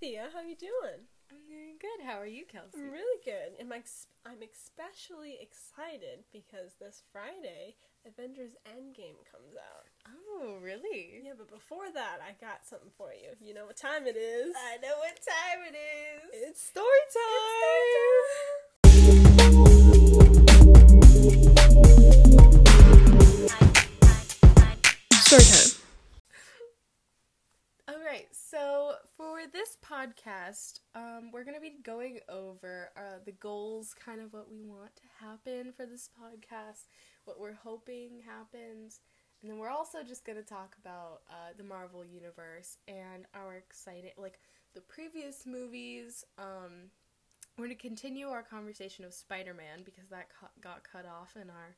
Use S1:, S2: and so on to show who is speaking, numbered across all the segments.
S1: Thea. How you doing?
S2: I'm doing good. How are you, Kelsey?
S1: I'm really good. And I'm, ex- I'm especially excited because this Friday, Avengers Endgame comes out.
S2: Oh, really?
S1: Yeah, but before that, I got something for you. You know what time it is?
S2: I know what time it is.
S1: It's story time! Story time.
S2: All right. So for this podcast, um, we're gonna be going over uh, the goals, kind of what we want to happen for this podcast, what we're hoping happens, and then we're also just gonna talk about uh, the Marvel universe and our excited, like the previous movies. Um, we're gonna continue our conversation of Spider-Man because that cu- got cut off in our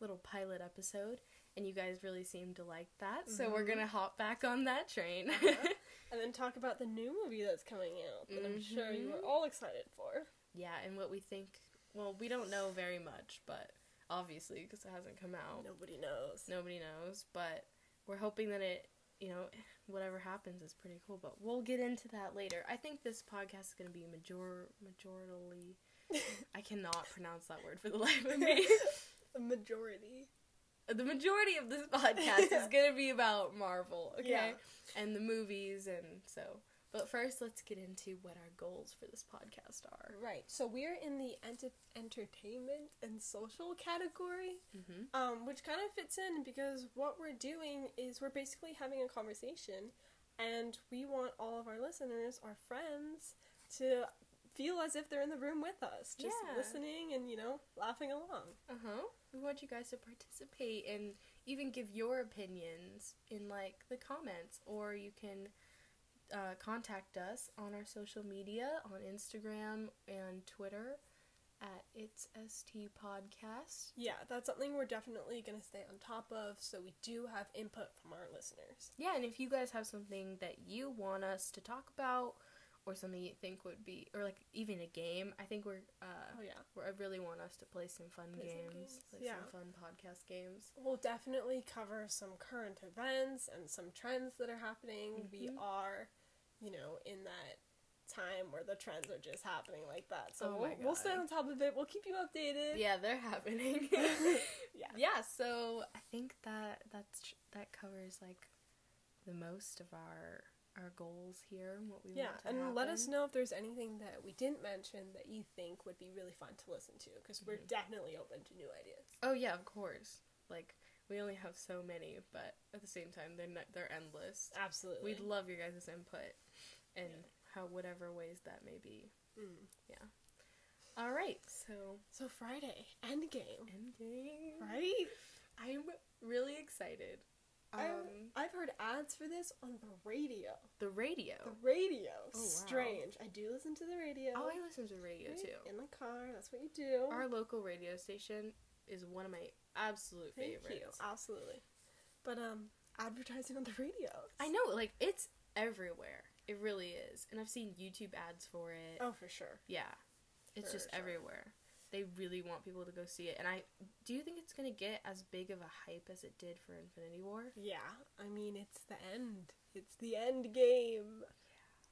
S2: little pilot episode. And you guys really seem to like that, so we're
S1: Mhm.
S2: gonna hop back on that train.
S1: Uh-huh. And then talk about the new movie that's coming out that I'm sure you
S2: Mhm.
S1: were all excited for.
S2: Yeah, and what we think. Well, we don't know very much, but obviously, because it hasn't come out,
S1: Nobody knows.
S2: nobody knows. But we're hoping that it, you know, whatever happens is pretty cool. But we'll get into that later. I think this podcast is going to be major, majorly. I cannot pronounce that word for the life of me.
S1: The majority.
S2: the majority of this podcast is going to be about Marvel, okay,
S1: Yeah.
S2: and the movies, and so. But first, let's get into what our goals for this podcast are.
S1: Right. So we're in the ent- entertainment and social category,
S2: Mm-hmm.
S1: um, which kind of fits in because what we're doing is we're basically having a conversation, and we want all of our listeners, our friends, to feel as if they're in the room with us, just
S2: Yeah.
S1: listening and you know laughing along.
S2: Uh huh. We want you guys to participate and even give your opinions in like the comments, or you can uh, contact us on our social media on Instagram and Twitter at it's st podcast.
S1: Yeah, that's something we're definitely going to stay on top of. So we do have input from our listeners.
S2: Yeah, and if you guys have something that you want us to talk about, or something you think would be, or like even a game, I think we're uh,
S1: Oh yeah,
S2: we're, I really want us to play some fun
S1: Play some
S2: games,
S1: games,
S2: play
S1: yeah.
S2: some fun podcast games.
S1: we'll definitely cover some current events and some trends that are happening. We
S2: Mhm.
S1: are, you know, in that time where the trends are just happening like that. So
S2: Oh
S1: we'll,
S2: my
S1: we'll stay
S2: God.
S1: on top of it. We'll keep you updated.
S2: Yeah, they're happening.
S1: yeah.
S2: yeah so i think that that's tr- that covers like the most of our our goals here and what we
S1: Yeah,
S2: want to
S1: and let us
S2: happen.
S1: know if there's anything that we didn't mention that you think would be really fun to listen to because we're
S2: Mm-hmm.
S1: definitely open to new ideas.
S2: oh yeah of course like we only have so many but at the same time they're not, they're endless
S1: Absolutely.
S2: we'd love your guys' input and
S1: Yeah.
S2: how whatever ways that may be
S1: Mm.
S2: all right so
S1: So Friday, Endgame,
S2: ending
S1: right?
S2: i'm really excited um
S1: I'm- I've heard ads for this on the radio.
S2: the radio
S1: The radio.
S2: Oh, wow.
S1: Strange. I do listen to the radio.
S2: oh i listen to radio
S1: Right?
S2: too
S1: In the car, that's what you do.
S2: Our local radio station is one of my absolute
S1: Thank you.
S2: favorites.
S1: Absolutely. But um advertising on the radio.
S2: I know, like it's everywhere. It really is, and I've seen YouTube ads for it.
S1: Oh for sure.
S2: Yeah, it's
S1: For
S2: just
S1: sure.
S2: everywhere. They really want people to go see it, and I do you think it's gonna get as big of a hype as it did for Infinity War?
S1: Yeah. I mean it's the end. It's the end game.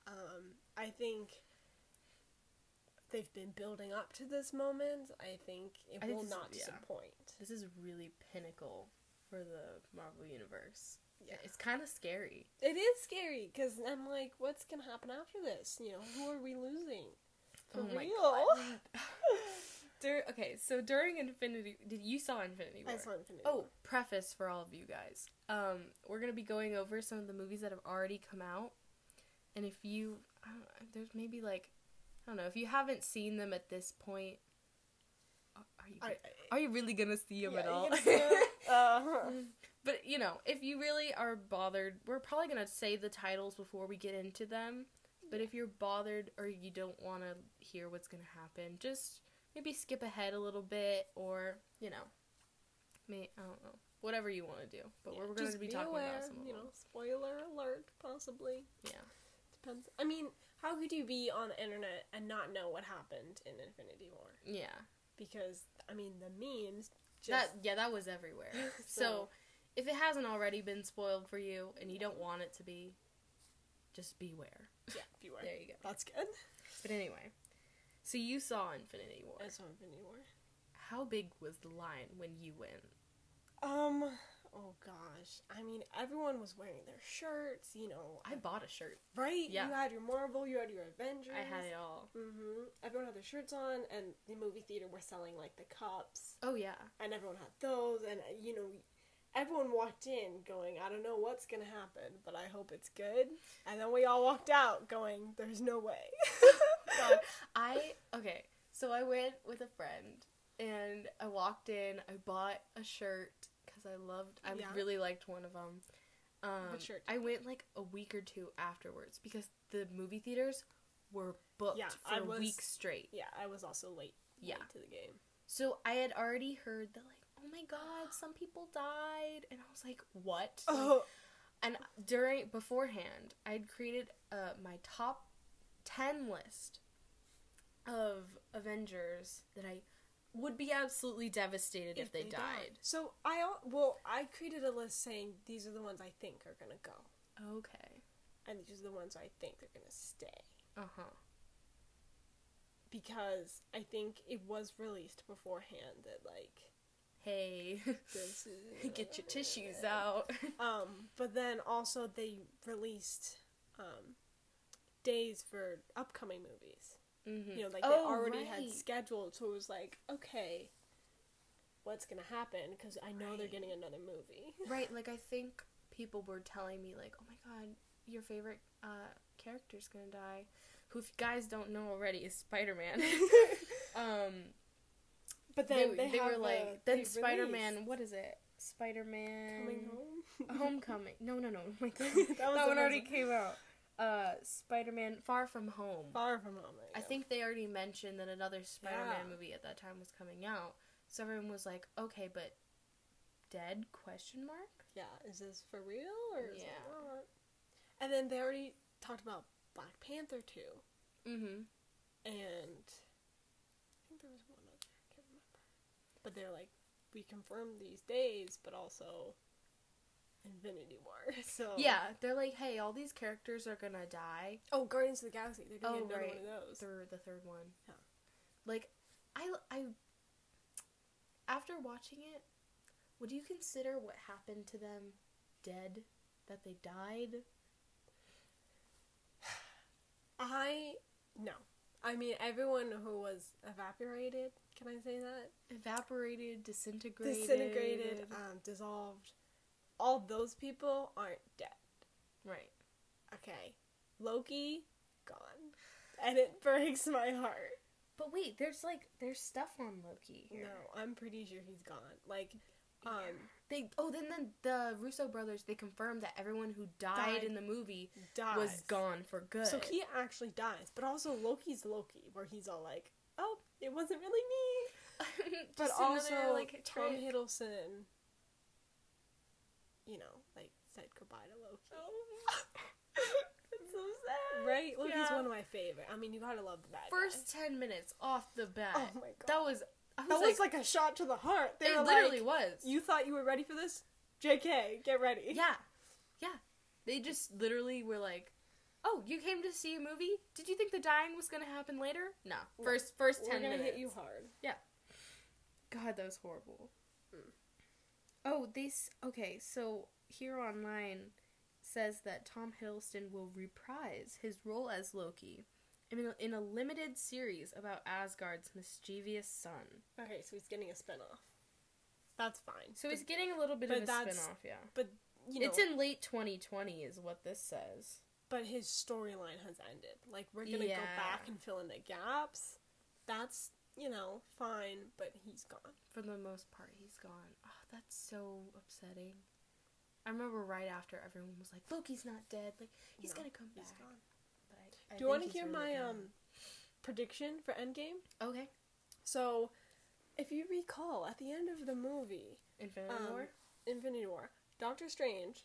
S1: Um I think they've been building up to this moment. I think it
S2: I think
S1: will
S2: this-
S1: not
S2: yeah.
S1: disappoint.
S2: This is really pinnacle for the Marvel universe.
S1: Yeah.
S2: It's kind of scary.
S1: It is scary because I'm like, what's gonna happen after this? You know, who are we losing? For
S2: Oh my
S1: real?
S2: Dur- okay, so during Infinity, did you saw Infinity War?
S1: I saw Infinity
S2: Oh,
S1: War.
S2: preface for all of you guys. Um, we're gonna be going over some of the movies that have already come out, and if you, I don't, there's maybe like, I don't know, if you haven't seen them at this point, are are you
S1: I,
S2: are you really gonna see them
S1: yeah,
S2: at
S1: you
S2: all?
S1: can see it. Uh-huh.
S2: but you know, if you really are bothered, we're probably gonna say the titles before we get into them. But if you're bothered or you don't want to hear what's gonna happen, just maybe skip ahead a little bit, or you know, may I don't know, whatever you want to do. But we're
S1: Just
S2: gonna be, talking about some of
S1: you
S2: them.
S1: know, spoiler alert, possibly.
S2: Yeah.
S1: Depends. I mean, how could you be on the internet and not know what happened in Infinity War?
S2: Yeah,
S1: Because I mean, the memes just
S2: that yeah that was everywhere. so,
S1: So-
S2: if it hasn't already been spoiled for you and you don't want it to be, Just beware.
S1: Yeah, beware.
S2: There you go.
S1: That's good.
S2: But anyway, so you saw Infinity War.
S1: I saw Infinity War.
S2: How big was the line when you went?
S1: Um, oh gosh. I mean, everyone was wearing their shirts, you know.
S2: I bought a shirt.
S1: right?
S2: yeah.
S1: You had your Marvel, you had your Avengers.
S2: I had it all.
S1: Mm-hmm. Everyone had their shirts on, and the movie theater were selling, like, the cups,
S2: Oh yeah.
S1: and everyone had those, and, uh, you know, everyone walked in going, I don't know what's gonna happen, but I hope it's good. And then we all walked out going, there's no way.
S2: God. I okay. So I went with a friend and I walked in. I bought a shirt because I loved. I
S1: Yeah.
S2: really liked one of them. Um,
S1: What shirt?
S2: I went like a week or two afterwards because the movie theaters were booked
S1: Yeah,
S2: for
S1: I
S2: a
S1: was-
S2: week straight.
S1: yeah, I was also late,
S2: Yeah.
S1: late to the game.
S2: So I had already heard that like, oh my god, some people died, and I was like, what? Like,
S1: Oh,
S2: and during beforehand i had created uh, my top 10 list of avengers that i would be absolutely devastated if, they, died.
S1: So I al- well, I created a list saying these are the ones I think are gonna go,
S2: okay
S1: and these are the ones I think are gonna stay
S2: uh-huh
S1: because I think it was released beforehand that like
S2: hey
S1: this is
S2: get your tissues out
S1: Um, but then also they released um days for upcoming movies.
S2: mm-hmm.
S1: You know, like they already had scheduled, so it was like okay. What's gonna happen? Because I know they're
S2: Right.
S1: getting another movie.
S2: right like i think people were telling me like oh my god your favorite uh character's gonna die who if you guys don't know already is spider-man um
S1: But then
S2: they,
S1: they,
S2: they
S1: have
S2: were like
S1: the- they
S2: then
S1: released
S2: Spider Man. What is it? Spider Man
S1: coming home.
S2: Homecoming. No, no, no. my God.
S1: That was
S2: that,
S1: the
S2: one already
S1: first
S2: came out. Uh, Spider Man Far From Home.
S1: Far from home. there you
S2: I
S1: go.
S2: think they already mentioned that another Spider Man
S1: Yeah.
S2: movie at that time was coming out. So everyone was like, okay, but dead? Question mark.
S1: Yeah, is this for real or is
S2: Yeah.
S1: it not? And then they already talked about Black Panther too,
S2: Mm-hmm.
S1: and I think there was one other. I can't remember. But they're like, we confirmed these days, but also Infinity War. So
S2: Yeah, they're like, hey, all these characters are gonna die.
S1: Oh, Guardians of the Galaxy. They're gonna get
S2: Oh,
S1: another
S2: right.
S1: one of those.
S2: third the third one.
S1: Yeah.
S2: Like I I after watching it, would you consider what happened to them dead? That they died?
S1: I no. I mean, everyone who was evaporated. Can I say that?
S2: Evaporated, disintegrated. uh.
S1: disintegrated, um, dissolved. All those people aren't dead.
S2: Right.
S1: Okay. Loki, gone. And it breaks my heart.
S2: But wait, there's like there's stuff on Loki here.
S1: No, I'm pretty sure he's gone. Like, um,
S2: They oh then then the Russo brothers they confirmed that everyone who died,
S1: Died.
S2: in the movie
S1: dies.
S2: was gone for good.
S1: So he actually dies. But also, Loki's Loki, where he's all like, oh, it wasn't really me.
S2: Just
S1: But also,
S2: another,
S1: Tom
S2: trick.
S1: Hiddleston, you know, like, said goodbye to Loki.
S2: It's so sad.
S1: Right? Loki's
S2: Oh Yeah.
S1: one of my favorite. I mean, you gotta love the bad guy.
S2: First ten minutes off the bat.
S1: Oh my god.
S2: That was. I was
S1: That
S2: like,
S1: was like, a shot to the heart. They were
S2: it literally
S1: like,
S2: was.
S1: "You thought you were ready for this? JK, get ready."
S2: yeah, yeah. They just literally were like, "Oh, you came to see a movie? Did you think the dying was gonna happen later? No.
S1: No.
S2: First, first
S1: we're
S2: 10
S1: gonna
S2: minutes.
S1: hit you hard.
S2: God, that was horrible.
S1: Mm.
S2: Oh, this. Okay, so here online says that Tom Hiddleston will reprise his role as Loki in a, in a limited series about Asgard's mischievous son.
S1: Okay, so he's getting a spinoff. That's fine.
S2: So
S1: but,
S2: he's getting a little bit
S1: but
S2: of a spin
S1: that's-
S2: off, yeah.
S1: but you know,
S2: it's in late 2020 is what this says.
S1: but his storyline has ended. Like we're gonna go
S2: Yeah.
S1: back and fill in the gaps. That's you know fine, but he's gone.
S2: For the most part, he's gone. Oh, that's so upsetting. I remember right after everyone was like, "Loki's not dead. Like he's
S1: No,
S2: gonna come
S1: He's
S2: back."
S1: gone.
S2: But I, I
S1: Do you want to
S2: think he's
S1: hear
S2: really
S1: my um
S2: gone.
S1: prediction for Endgame?
S2: Okay.
S1: So, if you recall, at the end of the movie,
S2: Infinity
S1: Um,
S2: War.
S1: Infinity War. Doctor Strange,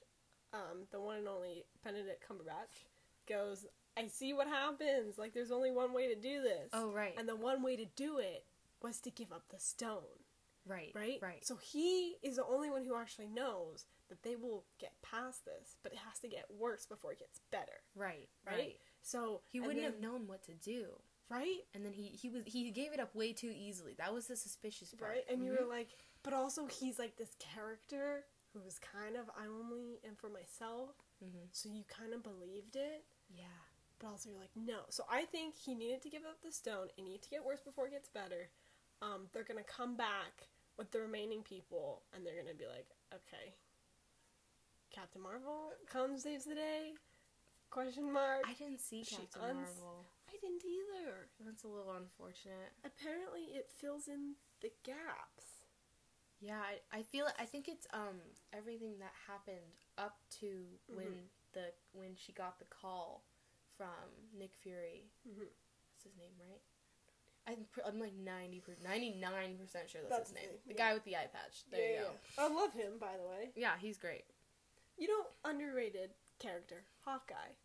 S1: um, the one and only Benedict Cumberbatch, goes, I see what happens. Like, there's only one way to do this.
S2: Oh right.
S1: And the one way to do it was to give up the stone,
S2: right.
S1: right?
S2: Right.
S1: So he is the only one who actually knows that they will get past this, but it has to get worse before it gets better,
S2: Right,
S1: right? So
S2: He
S1: and
S2: wouldn't
S1: then-
S2: have known what to do.
S1: right,
S2: And then he he was he gave it up way too easily. That was the suspicious part.
S1: right, and you
S2: Mhm.
S1: were like, but also he's like this character who's kind of I only am for myself,
S2: Mhm.
S1: so you kind of believed it,
S2: yeah.
S1: but also you're like no so i think he needed to give up the stone it needed to get worse before it gets better um, they're gonna come back with the remaining people and they're gonna be like okay captain marvel comes saves the day question mark
S2: I didn't see
S1: She
S2: Captain
S1: uns-
S2: Marvel.
S1: I didn't either
S2: That's a little unfortunate.
S1: apparently it fills in the gaps
S2: Yeah, I, I feel I think it's um everything that happened up to when the when she got the call from Nick Fury.
S1: Mhm.
S2: That's his name, right? I'm, pr- I'm like 90 99 percent sure
S1: That's
S2: that's, his
S1: his
S2: name.
S1: name,
S2: The
S1: yeah.
S2: guy with the eye patch. There you go.
S1: i love him by the way
S2: Yeah, he's great.
S1: you know underrated character hawkeye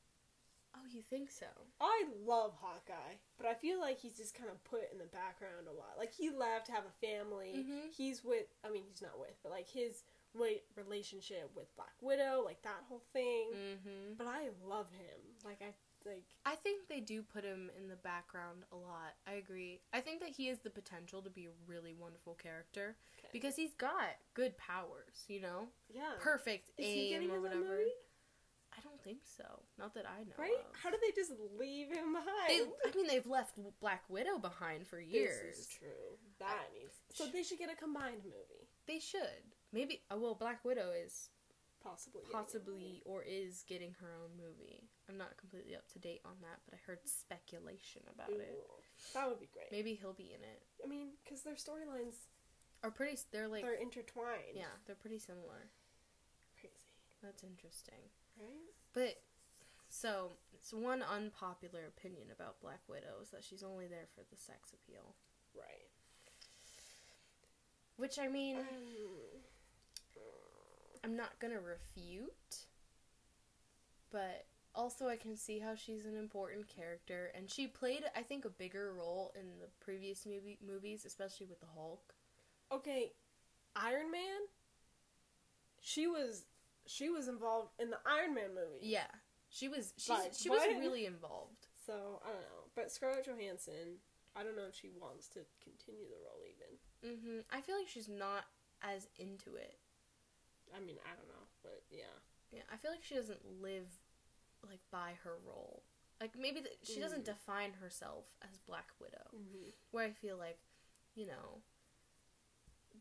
S2: Oh, you think so?
S1: I love Hawkeye, but I feel like he's just kind of put in the background a lot. Like he left to have a family.
S2: Mhm.
S1: He's with I mean he's not with, but like his wait relationship with Black Widow, like that whole thing.
S2: Mm-hmm.
S1: But I love him. Like I like
S2: I think they do put him in the background a lot. I agree. I think that he has the potential to be a really wonderful character
S1: Okay.
S2: because he's got good powers, you know?
S1: yeah.
S2: Perfect
S1: Is
S2: aim
S1: he getting his
S2: or
S1: own
S2: whatever. Oh,
S1: movie?
S2: I don't think so. Not that I know.
S1: Right?
S2: of.
S1: How did they just leave him
S2: they,
S1: behind?
S2: I mean, they've left Black Widow behind for
S1: This
S2: years.
S1: is true. That needs So
S2: Sh-
S1: they should get a combined movie.
S2: They should. Maybe. Oh, well, Black Widow is
S1: Possibly. getting a
S2: possibly or is getting her own movie. I'm not completely up to date on that, but I heard speculation about
S1: movie.
S2: it.
S1: Ooh, That would be great.
S2: Maybe he'll be in it.
S1: I mean, because their storylines
S2: Are pretty. s- They're like.
S1: they're intertwined.
S2: yeah, they're pretty similar.
S1: Crazy.
S2: That's interesting.
S1: Right?
S2: But so it's one unpopular opinion about Black Widow is that she's only there for the sex appeal.
S1: Right.
S2: Which I mean,
S1: Um,
S2: I'm not gonna refute, but also I can see how she's an important character, and she played, I think, a bigger role in the previous movie movies, especially with the Hulk.
S1: okay, Iron Man. She was she was involved in the Iron Man movie.
S2: Yeah, she was. She
S1: Like,
S2: she
S1: what?
S2: was really involved.
S1: So I don't know, but Scarlett Johansson. I don't know if she wants to continue the role. Even
S2: hmm I feel like she's not as into it.
S1: I mean, I don't know, but yeah,
S2: Yeah, I feel like she doesn't live like by her role. Like maybe th- she doesn't
S1: Mm.
S2: define herself as Black Widow.
S1: mm-hmm.
S2: where I feel like, you know,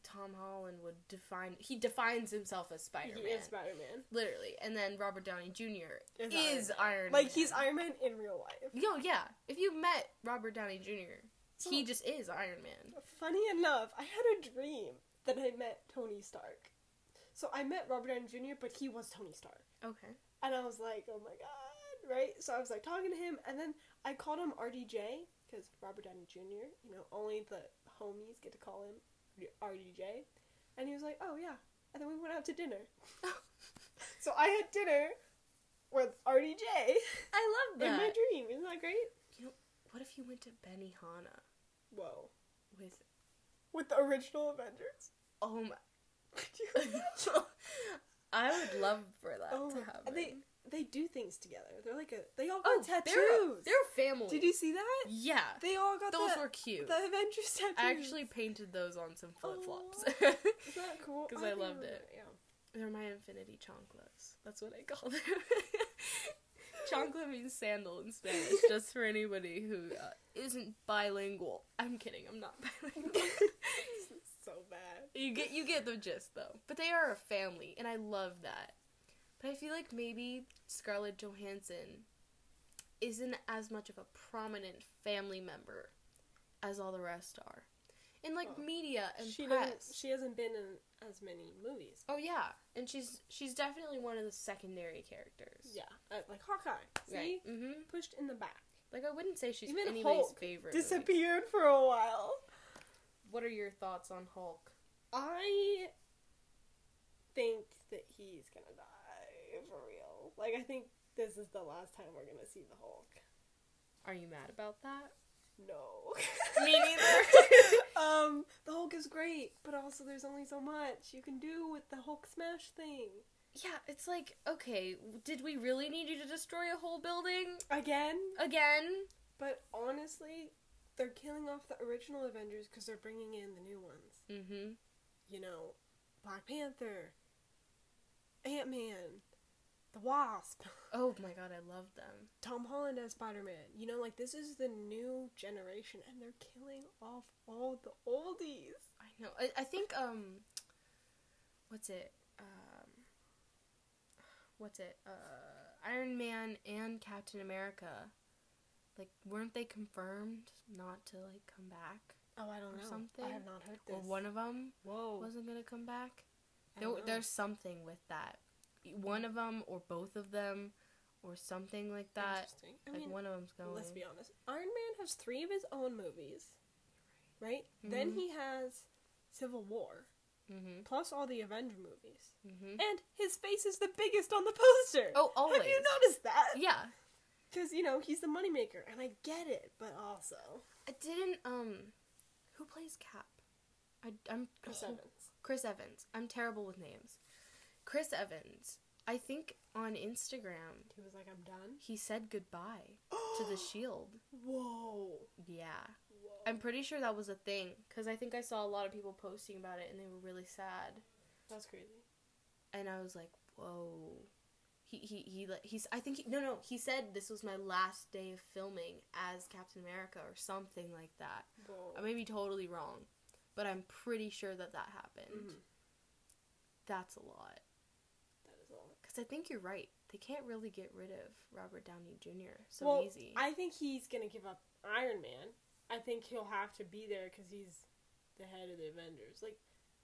S2: Tom Holland would define he defines himself as Spider
S1: he
S2: Man.
S1: is Spider Man.
S2: literally. And then Robert Downey Jr.
S1: Is
S2: is,
S1: Iron Man.
S2: Iron Man.
S1: Like he's Iron Man in real life.
S2: Yo, yeah. If you met Robert Downey Jr., he
S1: So-
S2: just is Iron Man.
S1: Funny enough, I had a dream that I met Tony Stark. So I met Robert Downey Jr., but he was Tony Stark.
S2: Okay.
S1: And I was like, oh my god, right? So I was like talking to him, and then I called him RDJ because Robert Downey Jr. You know, only the homies get to call him RDJ. And he was like, oh yeah. And then we went out to dinner. so I had dinner with RDJ
S2: I love
S1: in
S2: that.
S1: my dream. Isn't that great?
S2: what if you went to Benihana
S1: Whoa.
S2: with
S1: With the original Avengers.
S2: oh my
S1: Could you imagine?
S2: I would love for that
S1: Oh
S2: to
S1: my-
S2: happen.
S1: they they do things together. They're like a they all got
S2: oh,
S1: tattoos.
S2: They're, they're family.
S1: Did you see that?
S2: Yeah.
S1: They all got
S2: Those
S1: that-
S2: were cute.
S1: The Avengers tattoo.
S2: I actually painted those on some flip flops.
S1: is that cool?
S2: 'Cause
S1: Oh,
S2: I
S1: think
S2: loved
S1: remember
S2: it.
S1: that, Yeah.
S2: They're my infinity chanclas. That's what I call them. Chancla means sandal in Spanish, just for anybody who uh, isn't bilingual. I'm kidding. I'm not bilingual.
S1: This is so bad.
S2: you get you get the gist though. But they are a family, and I love that. But I feel like maybe Scarlett Johansson isn't as much of a prominent family member as all the rest are. In like
S1: Well,
S2: media and
S1: Oh. she
S2: press.
S1: doesn't. She hasn't been in as many movies.
S2: Oh yeah, and she's she's definitely one of the secondary characters.
S1: Yeah, uh, like Hawkeye. See,
S2: Right. Mm-hmm.
S1: pushed in the back,
S2: Like I wouldn't say she's
S1: Even
S2: anybody's
S1: Hulk
S2: favorite. movie.
S1: disappeared for a while.
S2: What are your thoughts on Hulk?
S1: I think that he's gonna die for real. Like, I think this is the last time we're gonna see the Hulk.
S2: Are you mad about that?
S1: No.
S2: Me neither.
S1: Um, the Hulk is great, but also there's only so much you can do with the Hulk smash thing.
S2: Yeah, it's like, okay, did we really need you to destroy a whole building
S1: Again,
S2: again?
S1: but honestly, they're killing off the original Avengers because they're bringing in the new ones.
S2: Mm-hmm.
S1: You know, Black Panther, Ant Man, the Wasp,
S2: Oh my god, I love them.
S1: Tom Holland as Spider Man. You know, like this is the new generation, and they're killing off all the oldies.
S2: I know. I, I think um, what's it? Um, what's it? Uh, Iron Man and Captain America, like, weren't they confirmed not to like come back?
S1: Oh, I
S2: Or
S1: don't know.
S2: something?
S1: I have not heard this.
S2: Or one of them
S1: Whoa.
S2: wasn't gonna come back.
S1: I
S2: There,
S1: don't know.
S2: there's something with that. One of them or both of them, or something like that.
S1: Interesting. I
S2: like
S1: mean,
S2: one of them's going.
S1: let's be honest. Iron Man has three of his own movies, right? Then
S2: Mhm.
S1: he has Civil War,
S2: Mm-hmm.
S1: plus all the Avenger movies,
S2: Mm-hmm.
S1: and his face is the biggest on the poster.
S2: Oh, always.
S1: Have you noticed that?
S2: yeah.
S1: Because you know he's the moneymaker, and I get it, but also
S2: I didn't. Um, who plays Cap? I, I'm
S1: Chris
S2: oh,
S1: Evans.
S2: Chris Evans. I'm terrible with names. Chris Evans. I think on Instagram
S1: He was like, "I'm done."
S2: he said goodbye to the Shield.
S1: Whoa.
S2: Yeah,
S1: Whoa.
S2: I'm pretty sure that was a thing because I think I saw a lot of people posting about it and they were really sad.
S1: That's crazy.
S2: and I was like, whoa. He he he like he's I think he, no no he said this was my last day of filming as Captain America or something like that.
S1: Whoa.
S2: I may be totally wrong, but I'm pretty sure that that happened.
S1: Mhm.
S2: That's a lot
S1: That is all.
S2: because I think you're right. They can't really get rid of Robert Downey Jr. so
S1: Well,
S2: easy.
S1: I think he's gonna give up Iron Man. I think he'll have to be there because he's the head of the Avengers. Like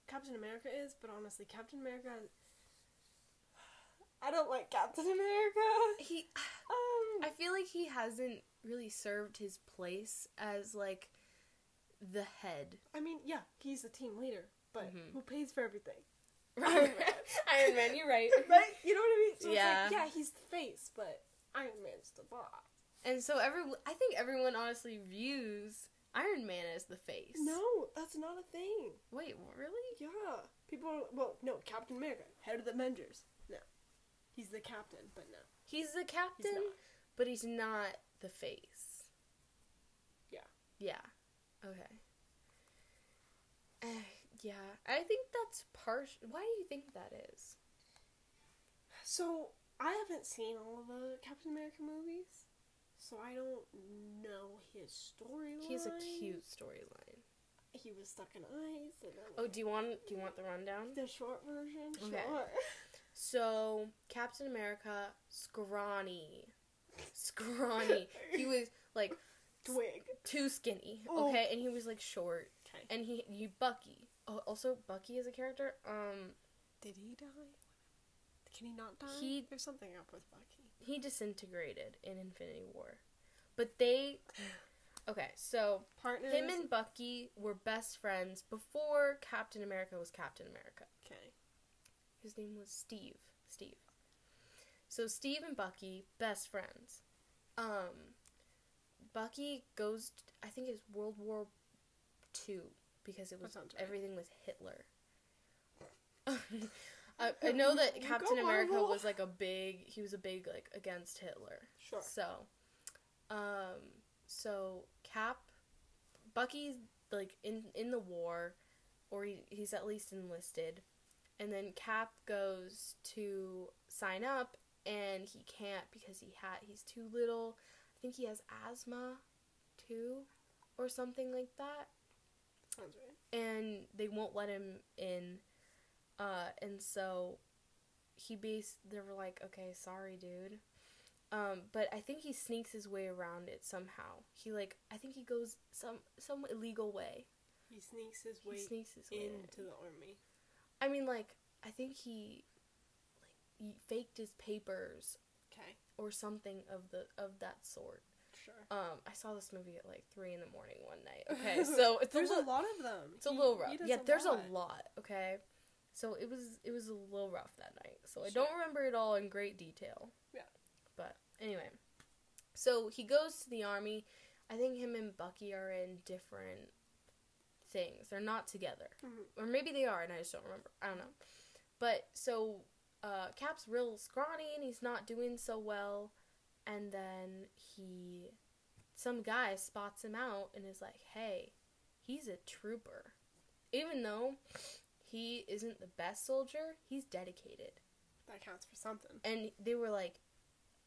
S1: Captain America is, but honestly, Captain America. I don't like Captain America.
S2: he
S1: Um,
S2: I feel like he hasn't really served his place as like the head.
S1: I mean, yeah, he's the team leader, but
S2: Mhm.
S1: who pays for everything?
S2: Iron Man. Iron Man, you're right.
S1: right? You know what I mean? So
S2: Yeah.
S1: It's like, yeah, he's the face, but Iron Man's the boss.
S2: And so every I think everyone honestly views Iron Man as the face.
S1: No, that's not a thing.
S2: Wait, really?
S1: Yeah. People are, well, no, Captain America, head of the Avengers. No. He's the captain, but no.
S2: He's the
S1: He's
S2: captain,
S1: not.
S2: but he's not the face.
S1: Yeah.
S2: Yeah. Okay. Eh, yeah, I think that's partial. Why do you think that is?
S1: So, I haven't seen all of the Captain America movies, so I don't know his storyline.
S2: He has a cute storyline.
S1: He was stuck in ice. And then,
S2: Oh, do you want do you want the rundown?
S1: the short version?
S2: Okay.
S1: Sure.
S2: So Captain America, scrawny, scrawny. he was like
S1: Twig.
S2: too skinny.
S1: Oh.
S2: Okay, and he was like short.
S1: Okay.
S2: and he you Bucky. Oh, also Bucky is a character. Um,
S1: Did he die? Can he not die?
S2: He-
S1: There's something up with Bucky.
S2: he disintegrated in Infinity War, but they. Okay, so
S1: Partners.
S2: him and Bucky were best friends before Captain America was Captain America.
S1: Okay.
S2: His name was Steve. Steve. So Steve and Bucky, best friends. Um, Bucky goes. t- I think it's World War Two because it
S1: That
S2: was
S1: sounds right.
S2: everything was Hitler. I, I know that
S1: You go,
S2: Captain America
S1: Marvel.
S2: was like a big. He was a big like against Hitler.
S1: Sure.
S2: So, um, so Cap, Bucky's like in in the war, or he, he's at least enlisted, and then Cap goes to sign up, and he can't because he had he's too little. I think he has asthma, too, or something like that
S1: Sounds right.
S2: and they won't let him in. Uh, and so he bas- they were like, okay, sorry, dude. Um, but I think he sneaks his way around it somehow. He like, I think he goes some some illegal way.
S1: He sneaks his
S2: He
S1: way
S2: sneaks his way. in.
S1: into the army.
S2: I mean, like, I think he like he faked his papers
S1: Okay.
S2: or something of the of that sort.
S1: Sure.
S2: Um, I saw this movie at like three in the morning one night. Okay, so it's
S1: There's
S2: little-
S1: a lot of them.
S2: It's a
S1: He-
S2: little
S1: he
S2: rough.
S1: does
S2: Yeah, there's
S1: lot.
S2: a lot. Okay, so it was it was a little rough that night. So I
S1: Sure.
S2: don't remember it all in great detail.
S1: Yeah.
S2: But anyway, so he goes to the army. I think him and Bucky are in different things. They're not together.
S1: Mhm.
S2: Or maybe they are and I just don't remember. I don't know. But so uh, Cap's real scrawny and he's not doing so well. And then he, some guy spots him out and is like, hey, he's a trooper. Even though he isn't the best soldier, he's dedicated.
S1: That counts for something.
S2: And they were like,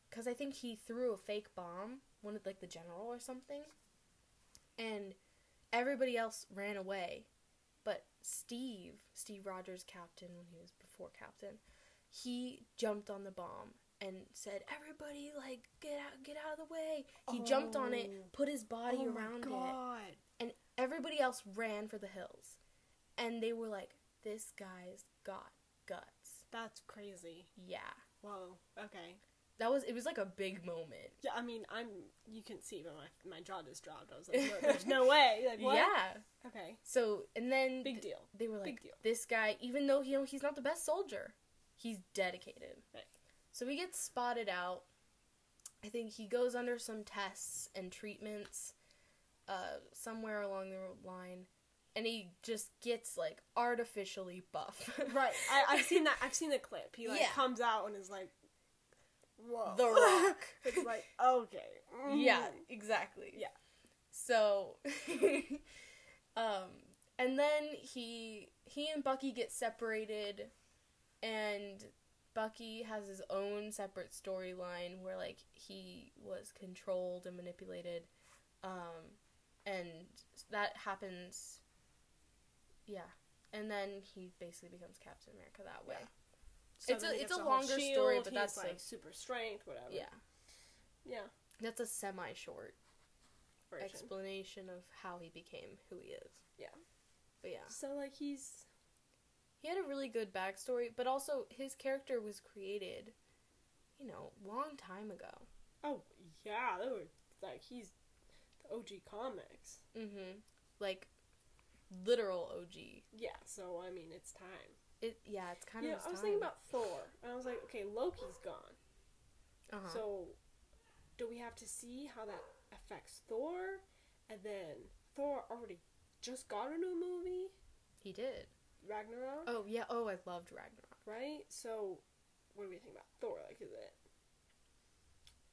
S2: because I think he threw a fake bomb, one of like the general or something, and everybody else ran away, but Steve, Steve Rogers, captain when he was before captain, he jumped on the bomb and said, "Everybody, like get out, get out of the way." He jumped on
S1: Oh.
S2: it, put his body around it,
S1: god.
S2: and everybody else ran for the hills, and they were like, "This guy's got guts."
S1: That's crazy.
S2: Yeah.
S1: Whoa. Okay.
S2: That was it was like a big moment.
S1: Yeah, I mean, I'm. You can see, but my my jaw just dropped. I was like, "Whoa, "There's no way." Like, what?
S2: Yeah.
S1: Okay.
S2: So and then
S1: Big
S2: th-
S1: deal.
S2: they were like,
S1: Big deal.
S2: this guy, even though you know he's not the best soldier, he's dedicated.
S1: Right.
S2: So he gets spotted out. I think he goes under some tests and treatments, uh, somewhere along the line, and he just gets like artificially buff.
S1: Right. I, I've seen that. I've seen the clip. He like
S2: Yeah.
S1: comes out and is like, "Whoa."
S2: The Rock.
S1: Oh. it's like okay. mhm.
S2: Yeah, exactly.
S1: Yeah.
S2: So, um, and then he he and Bucky get separated, and Bucky has his own separate storyline where like he was controlled and manipulated, um, and that happens. Yeah, and then he basically becomes Captain America that way.
S1: Yeah. So
S2: It's
S1: then
S2: a-
S1: he
S2: it's
S1: gets
S2: a
S1: whole
S2: longer story,
S1: shield,
S2: but
S1: he's,
S2: that's
S1: like
S2: the-
S1: super strength, whatever.
S2: Yeah,
S1: Yeah.
S2: that's a semi short
S1: version.
S2: explanation of how he became who he is.
S1: Yeah.
S2: But yeah.
S1: So like he's
S2: He had a really good backstory, but also his character was created, you know, long time ago.
S1: oh yeah, they were, like he's the OG comics.
S2: Mm-hmm. Like literal OG.
S1: Yeah. So I mean, it's time.
S2: It yeah, it's kind
S1: Yeah,
S2: of his
S1: I was
S2: time.
S1: thinking about Thor, and I was like, okay, Loki's gone.
S2: uh-huh.
S1: So, do we have to see how that affects Thor? And then Thor already just got a new movie,
S2: he did.
S1: Ragnarok,
S2: Oh yeah, oh I loved Ragnarok.
S1: right? So, what do we think about Thor? Like, is it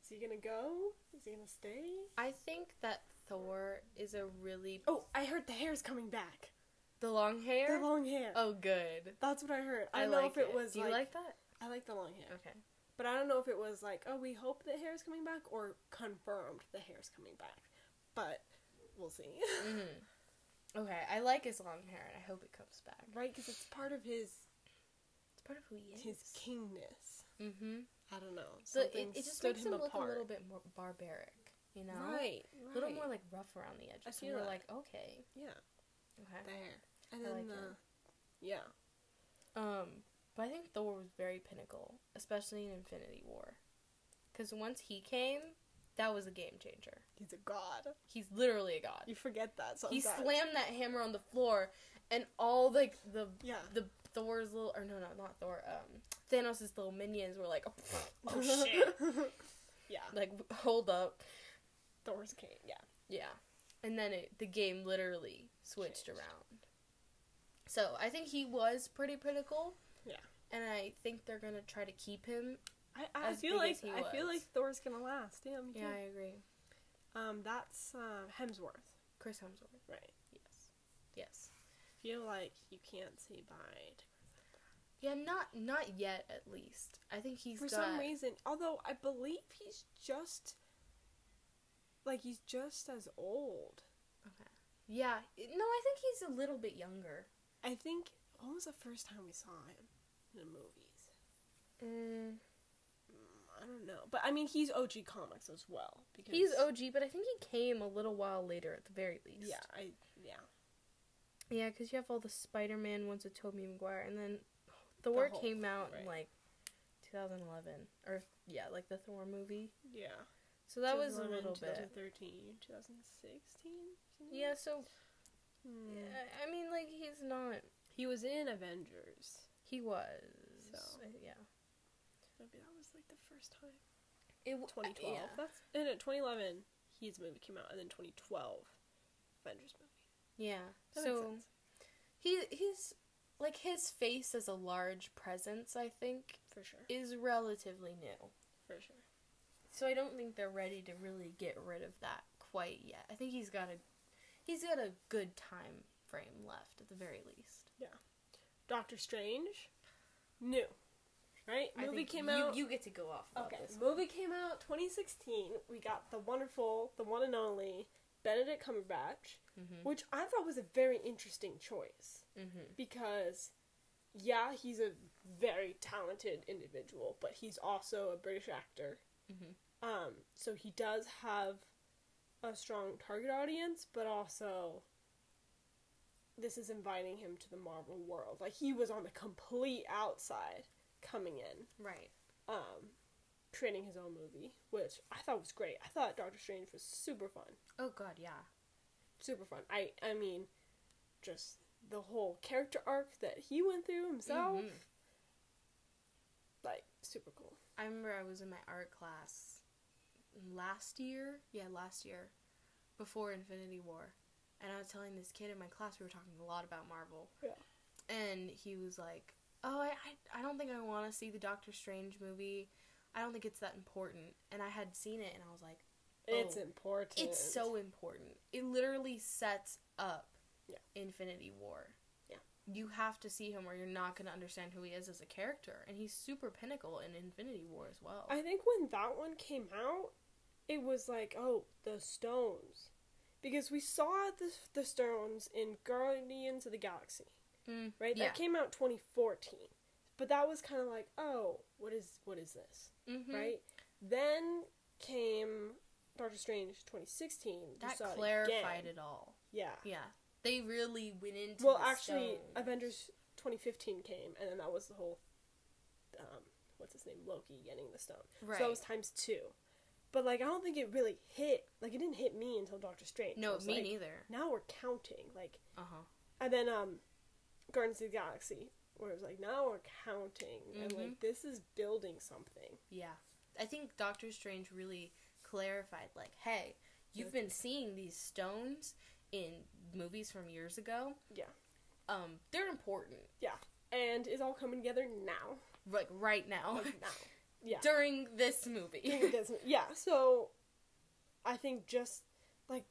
S1: is he gonna go? Is he gonna stay?
S2: I think that Thor is a really
S1: Oh, I heard the hair's coming back.
S2: the long hair.
S1: The long hair.
S2: oh good.
S1: That's what I heard. I,
S2: I,
S1: don't know
S2: like
S1: if it, was
S2: Do you
S1: like,
S2: like that?
S1: I like the long hair,
S2: Okay.
S1: but I don't know if it was like, oh, we hope the hair's coming back or confirmed the hair's coming back. But we'll see.
S2: hmm Okay, I like his long hair and I hope it comes back.
S1: Right, because it's part of his
S2: It's part of who he is.
S1: his kingness.
S2: mm-hmm.
S1: I don't know.
S2: So it,
S1: Something
S2: it just
S1: stood
S2: makes him look a little bit more barbaric, you know?
S1: right,
S2: A little
S1: right.
S2: more like rough around the edges.
S1: I
S2: And
S1: feel
S2: we're
S1: that.
S2: like, okay,
S1: yeah,
S2: okay.
S1: there. And
S2: I
S1: then
S2: like
S1: uh,
S2: it.
S1: yeah,
S2: Um, but I think Thor was very pinnacle, especially in Infinity War, because once he came, that was a game changer.
S1: he's a god.
S2: He's literally a god.
S1: You forget that
S2: he
S1: sometimes.
S2: slammed that hammer on the floor, and all like the
S1: Yeah,
S2: the Thor's little or no, no, not Thor. Um, Thanos' little minions were like, oh shit,
S1: yeah,
S2: like hold up.
S1: Thor's king. Yeah,
S2: Yeah. And then it, the game literally switched
S1: Changed.
S2: around. So I think he was pretty critical.
S1: Yeah.
S2: And I think they're gonna try to keep him.
S1: I, I
S2: As
S1: feel
S2: big
S1: like
S2: as he
S1: I feel
S2: was.
S1: like Thor's gonna last. Yeah, me
S2: Yeah, I agree.
S1: too. Um, that's
S2: uh,
S1: um, Hemsworth.
S2: Chris Hemsworth.
S1: Right.
S2: Yes. Yes.
S1: Feel like you can't say bye. to-
S2: Yeah, not not yet at least. I think he's
S1: For
S2: got
S1: some reason, although I believe he's just like he's just as old.
S2: Yeah. No, I think he's a little bit younger.
S1: I think when was the first time we saw him in the movies?
S2: Mm,
S1: Mm, I don't know, but I mean he's OG comics as well because
S2: he's OG, but I think he came a little while later at the very least.
S1: Yeah, I yeah.
S2: Yeah, because you have all the Spider Man ones with Tobey Maguire, and then Thor
S1: Hulk,
S2: came out in
S1: right.
S2: like 2011, or yeah, like the Thor movie.
S1: Yeah.
S2: So that was a little bit.
S1: 2013, 2016. something
S2: Yeah,
S1: like
S2: so uh,
S1: that. Hmm.
S2: I I mean, like he's not.
S1: He was in Avengers.
S2: He was.
S1: So.
S2: I- yeah.
S1: Maybe that was like the first time.
S2: It w-
S1: 2012.
S2: yeah.
S1: That's in 2011. His movie came out, and then 2012, Avengers movie.
S2: Yeah.
S1: That makes
S2: so
S1: sense,
S2: he he's like his face as a large presence, I think,
S1: for sure.
S2: is relatively new.
S1: For sure.
S2: So I don't think they're ready to really get rid of that quite yet. I think he's got a he's got a good time frame left at the very least.
S1: Doctor Strange, new, right?
S2: I
S1: movie
S2: think
S1: came
S2: you,
S1: out.
S2: You get to go off. About
S1: okay,
S2: This.
S1: movie came out 2016. We got the wonderful, the one and only Benedict Cumberbatch,
S2: Mm-hmm.
S1: which I thought was a very interesting choice
S2: Mm-hmm.
S1: because, yeah, he's a very talented individual, but he's also a British actor.
S2: Mhm.
S1: Um, so he does have a strong target audience, but also this is inviting him to the Marvel world. Like he was on the complete outside coming in,
S2: Right.
S1: um, creating his own movie, which I thought was great. I thought Doctor Strange was super fun
S2: Oh God, yeah.
S1: super fun. I I mean, just the whole character arc that he went through himself,
S2: Mhm.
S1: like super cool.
S2: I remember I was in my art class last year. Yeah, last year, before Infinity War, and I was telling this kid in my class we were talking a lot about Marvel.
S1: Yeah.
S2: And he was like, "Oh, I I, I don't think I want to see the Doctor Strange movie. I don't think it's that important." And I had seen it, and I was like,
S1: It's
S2: Oh,
S1: important.
S2: "It's so important. It literally sets up
S1: Yeah.
S2: Infinity War."
S1: Yeah.
S2: You have to see him, or you're not going to understand who he is as a character. And he's super pinnacle in Infinity War as well.
S1: I think when that one came out, it was like, oh, the stones, because we saw the the stones in Guardians of the Galaxy,
S2: Mm,
S1: right?
S2: Yeah.
S1: That came out 2014. But that was kind of like, oh, what is what is this?
S2: Mhm.
S1: Right? Then came Doctor Strange 2016. You
S2: That
S1: saw it
S2: clarified
S1: again.
S2: it, all.
S1: Yeah.
S2: Yeah. They really went into
S1: Well,
S2: the
S1: actually,
S2: stone.
S1: Avengers 2015 came, and then that was the whole, um, what's his name, Loki getting the stone.
S2: right.
S1: So that was times two. But like, I don't think it really hit. Like, it didn't hit me until Doctor Strange. I
S2: no,
S1: was
S2: me
S1: like,
S2: neither.
S1: Now we're counting. Like,
S2: Uh huh.
S1: and then um, Guardians of the Galaxy, where it was like, now we're counting, and
S2: Mm-hmm.
S1: like this is building something.
S2: Yeah. I think Doctor Strange really clarified, like, hey, you've been seeing these stones in movies from years ago.
S1: Yeah.
S2: Um, they're important.
S1: And it's all coming together now.
S2: Like right now.
S1: Like now. Yeah.
S2: During this movie.
S1: It doesn't- yeah. So, I think just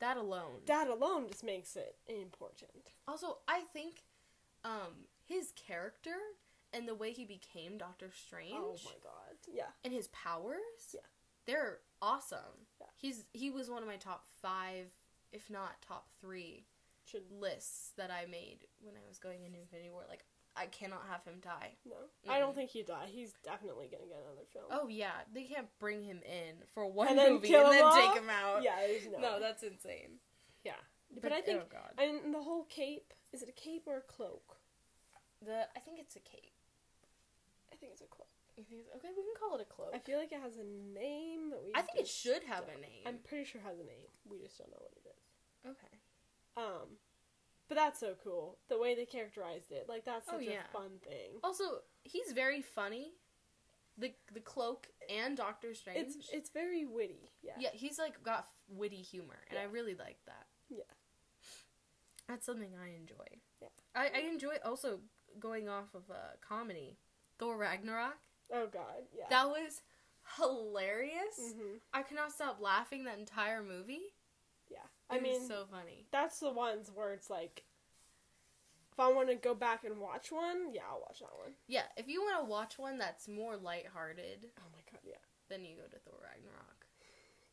S2: that alone.
S1: that alone just makes it important.
S2: Also, I think um his character and the way he became Doctor Strange
S1: Oh my god. Yeah.
S2: and his powers,
S1: Yeah.
S2: they're awesome.
S1: Yeah.
S2: He's he was one of my top five, if not top three,
S1: Should
S2: lists that I made when I was going into Infinity War. Like I cannot have him die.
S1: no. I don't
S2: Mm-mm.
S1: think he die. He's definitely gonna get another film.
S2: Oh yeah, they can't bring him in for one
S1: And then
S2: movie
S1: kill
S2: and
S1: him
S2: then
S1: off?
S2: take him out.
S1: Yeah, there's no.
S2: uh, no. that's insane.
S1: yeah. But, I think
S2: oh god,
S1: I mean the whole cape is it a cape or a cloak?
S2: the I think it's a cape.
S1: I think it's a cloak.
S2: I think it's- Okay, we can call it a cloak.
S1: I feel like it has a name that we
S2: I think it
S1: just
S2: should have
S1: don't-
S2: a name.
S1: I'm pretty sure it has a name. We just don't know what it is.
S2: okay.
S1: Um but that's so cool. The way they characterized it. Like that's
S2: Oh,
S1: such
S2: yeah.
S1: a fun thing.
S2: Also, he's very funny. The the cloak and Doctor Strange.
S1: It's it's very witty. Yeah.
S2: Yeah, he's like got f- witty humor, and I
S1: Yeah.
S2: really like that.
S1: Yeah.
S2: That's something I enjoy.
S1: Yeah.
S2: I, I enjoy also going off of uh, comedy. Thor Ragnarok.
S1: Oh god. Yeah.
S2: That was hilarious.
S1: hmm
S2: I cannot stop laughing that entire movie.
S1: Yeah.
S2: It
S1: I
S2: was
S1: mean
S2: so funny.
S1: that's the ones where it's like if I want to go back and watch one, yeah, I'll watch that one.
S2: Yeah, if you want to watch one that's more lighthearted,
S1: Oh my god, yeah.
S2: then you go to Thor Ragnarok.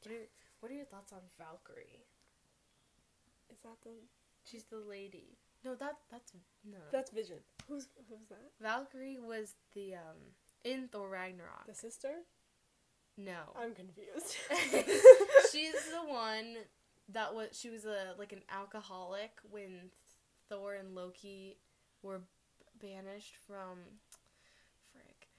S2: What are, what are your thoughts on Valkyrie?
S1: Is that the
S2: She's the lady. No, that that's no. no.
S1: That's Vision. Who's who's that?
S2: Valkyrie was the um in Thor Ragnarok.
S1: The sister?
S2: No.
S1: I'm confused.
S2: She's the one that was she was a like an alcoholic when Thor and Loki were banished from frick.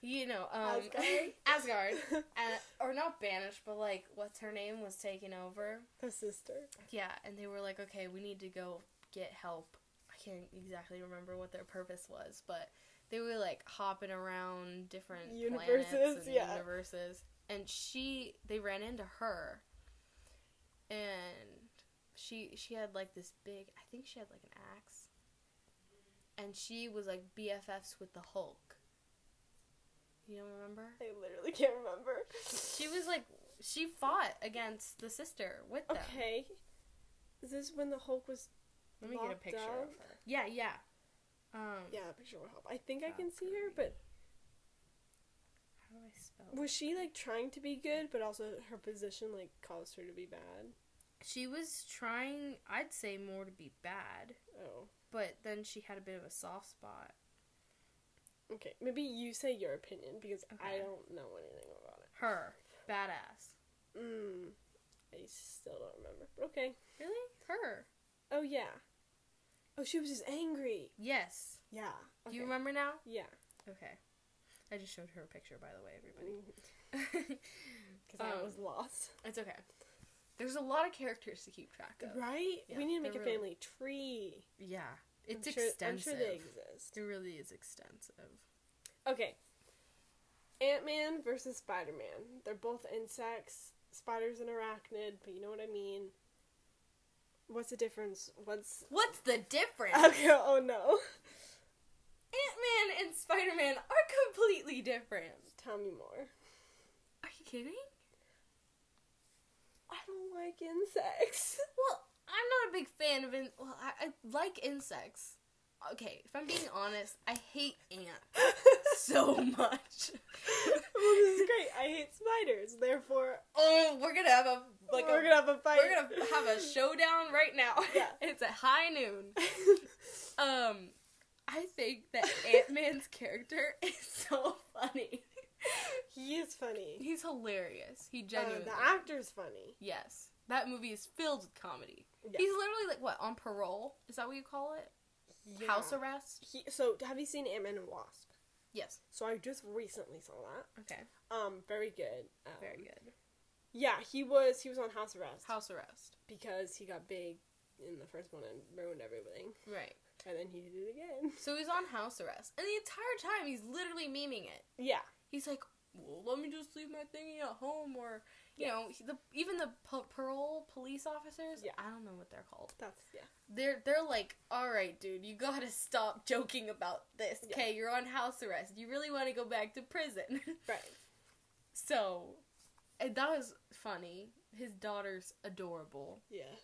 S2: You know, um
S1: Asgard?
S2: Asgard. Uh, or not banished, but like what's her name was taken over.
S1: the sister.
S2: Yeah, and they were like, okay, we need to go get help. I can't exactly remember what their purpose was, but they were like hopping around different
S1: Universes,
S2: planets and
S1: yeah.
S2: universes. And she, they ran into her, and she she had like this big I think she had like an axe. And she was like BFFs with the Hulk. You don't remember?
S1: I literally can't remember.
S2: She was like she fought against the sister with them.
S1: Okay. Is this when the Hulk was
S2: Let me get a
S1: locked
S2: picture
S1: up?
S2: of her. Yeah, yeah. Um
S1: Yeah, a picture would help. I think I can see her, but
S2: how do I spell
S1: was she like trying to be good, but also her position like caused her to be bad?
S2: She was trying, I'd say, more to be bad,
S1: Oh.
S2: but then she had a bit of a soft spot.
S1: Okay, maybe you say your opinion because I
S2: Okay.
S1: don't know anything about it.
S2: Her. Badass.
S1: Mm, I still don't remember. But okay.
S2: Really? Her.
S1: Oh yeah. Oh, she was just angry.
S2: Yes.
S1: Yeah.
S2: Do you
S1: okay.
S2: remember now?
S1: Yeah.
S2: Okay. I just showed her a picture, by the way, everybody.
S1: Because I
S2: Mm. Um,
S1: was lost.
S2: it's okay. There's a lot of characters to keep track of.
S1: Right?
S2: yeah,
S1: we need to make a
S2: they're really-
S1: family tree.
S2: Yeah. It's
S1: I'm sure, I'm
S2: extensive.
S1: sure they exist.
S2: It really is extensive.
S1: Okay. Ant Man versus Spider Man. They're both insects. Spider's an arachnid, but you know what I mean. What's the difference? What's.
S2: What's the difference?
S1: Okay, oh no.
S2: Ant Man and Spider Man are completely different.
S1: Tell me more.
S2: Are you kidding?
S1: I don't like insects.
S2: Well, I'm not a big fan of in. Well, I, I like insects. Okay, if I'm being honest, I hate ants so much.
S1: well, this is great. I hate spiders. Therefore,
S2: oh, we're gonna have a like
S1: we're
S2: a,
S1: gonna have a fight.
S2: we're gonna have a showdown right now.
S1: Yeah.
S2: it's at high noon. Um, I think that Ant Man's character is so funny.
S1: he is funny.
S2: He's hilarious. He
S1: Uh,
S2: genuinely.
S1: the actor's funny.
S2: yes, that movie is filled with comedy.
S1: Yeah.
S2: He's literally like what on parole? Is that what you call it?
S1: Yeah.
S2: House arrest?
S1: He, so, have you seen Ant Man and Wasp?
S2: Yes.
S1: So I just recently saw that.
S2: Okay.
S1: Um, very good. Um,
S2: Very good.
S1: Yeah, he was he was on house arrest
S2: House arrest.
S1: because he got big in the first one and ruined everything,
S2: Right.
S1: and then he did it again.
S2: So he's on house arrest, and the entire time he's literally memeing it.
S1: Yeah,
S2: He's like, "Well, let me just leave my thingy at home," or you know, he- the even the po- parole police officers.
S1: Yeah.
S2: I don't know what they're called.
S1: that's yeah.
S2: They're they're like, "All right, dude, you gotta stop joking about this.
S1: Yeah.
S2: Okay, you're on house arrest. You really want to go back to prison."
S1: Right.
S2: so, and that was funny. His daughter's adorable.
S1: Yes.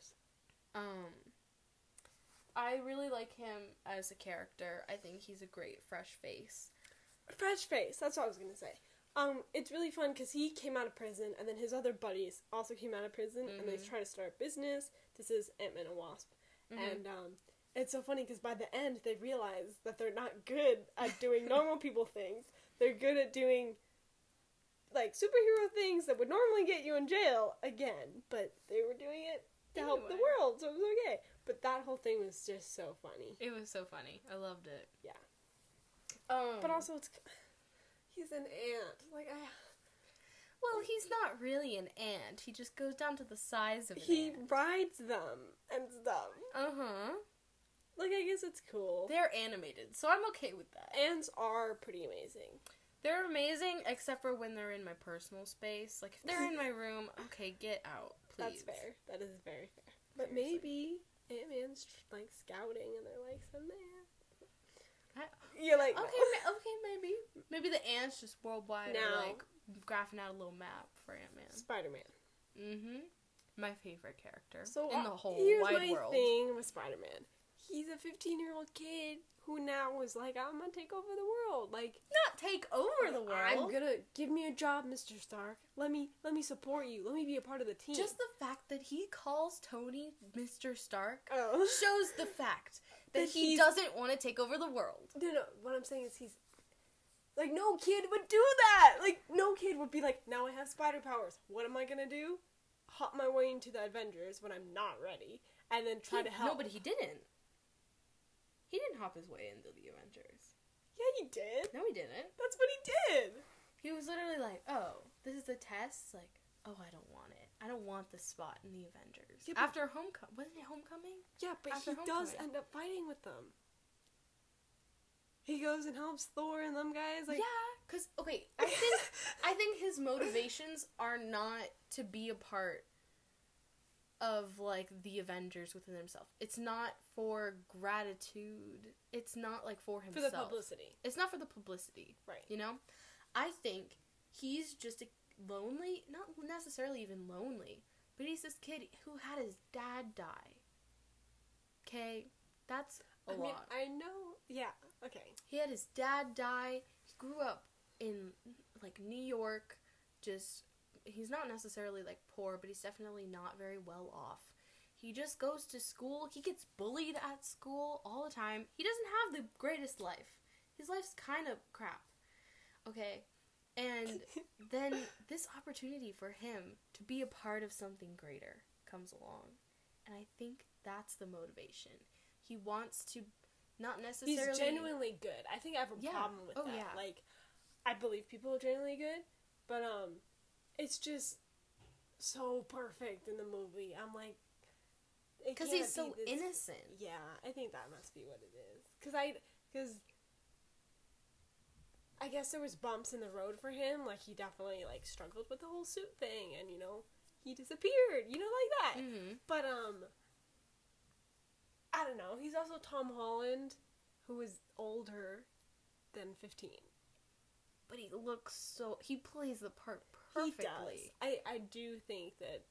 S2: Um, I really like him as a character. I think he's a great fresh face.
S1: Fresh face. That's what I was gonna say. Um, it's really fun because he came out of prison, and then his other buddies also came out of prison, and they
S2: Mhm.
S1: try to start a business. This is Ant Man and Wasp,
S2: And
S1: and um, it's so funny because by the end they realize that they're not good at doing normal people things. They're good at doing like superhero things that would normally get you in jail again, but they were doing it to help the
S2: Anyway.
S1: world, so it was okay. But that whole thing was just so funny.
S2: it was so funny. I loved it.
S1: Yeah.
S2: Um,
S1: But also, it's he's an ant. Like I,
S2: well, he's not really an ant. He just goes down to the size of an
S1: he
S2: ant.
S1: rides them and stuff.
S2: Uh huh.
S1: Like I guess it's cool.
S2: They're animated, so I'm okay with that.
S1: Ants are pretty amazing.
S2: They're amazing, except for when they're in my personal space. Like if they're in my room, okay, get out,
S1: That's
S2: please.
S1: fair. That is very fair. But
S2: Seriously.
S1: maybe Ant Man's like scouting, and they're like, "Some man."
S2: I-
S1: You're like,
S2: Okay, ma- okay, maybe. Maybe the ants just worldwide are
S1: No.
S2: like graphing out a little map for Ant Man.
S1: Spider Man.
S2: Mm-hmm. My favorite character
S1: So
S2: in
S1: uh,
S2: the whole
S1: here's
S2: wide
S1: my
S2: world.
S1: thing with Spider Man. He's a 15 year old kid who now was like, "I'm gonna take over the world." Like,
S2: Not take over the world.
S1: I'm gonna give me a job, Mister Stark. Let me let me support you. Let me be a part of the team.
S2: Just the fact that he calls Tony Mr. Stark
S1: oh.
S2: shows the fact that,
S1: That
S2: he
S1: he's-
S2: doesn't want to take over the world.
S1: No, no. What I'm saying is he's like no kid would do that. Like no kid would be like, now I have spider powers. What am I gonna do? Hop my way into the Avengers when I'm not ready, and then try
S2: He-
S1: to help.
S2: No, but he didn't. He didn't hop his way into the Avengers.
S1: Yeah, he did.
S2: No, he didn't.
S1: That's what he did.
S2: He was literally like, "Oh, this is a test." Like, "Oh, I don't want it. I don't want this spot in the Avengers."
S1: Yeah, but-
S2: After Homecoming, wasn't it Homecoming?
S1: Yeah, but
S2: After
S1: he does
S2: Homecoming.
S1: end up fighting with them. He goes and helps Thor and them guys. Like,
S2: yeah, because okay, I think I think his motivations are not to be a part of like the Avengers within himself. It's not for gratitude. It's not like for
S1: for
S2: himself.
S1: the publicity,
S2: It's not for the publicity.
S1: right?
S2: You know, I think he's just a lonely, not necessarily even lonely, but he's this kid who had his dad die. Okay, that's a
S1: I
S2: lot.
S1: mean, I know. Yeah. Okay.
S2: He had his dad die. He grew up in like New York. Just he's not necessarily like poor, but he's definitely not very well off. He just goes to school. He gets bullied at school all the time. He doesn't have the greatest life. His life's kind of crap. Okay. And then this opportunity for him to be a part of something greater comes along. And I think that's the motivation. He wants to not
S1: He's
S2: necessarily
S1: genuinely good. I think I have a
S2: Yeah.
S1: problem with
S2: Oh,
S1: that.
S2: yeah.
S1: Like, I believe people are genuinely good, but um, it's just so perfect in the movie. I'm like, it
S2: because
S1: can't
S2: he's so
S1: be this-
S2: innocent.
S1: Yeah, I think that must be what it is. Cause I, cause I guess there was bumps in the road for him. Like he definitely like struggled with the whole suit thing, and you know he disappeared. You know, like that.
S2: Mm-hmm.
S1: But um, I don't know. He's also Tom Holland, who is older than fifteen.
S2: But he looks so. He plays the part
S1: He does.
S2: perfectly.
S1: I I do think that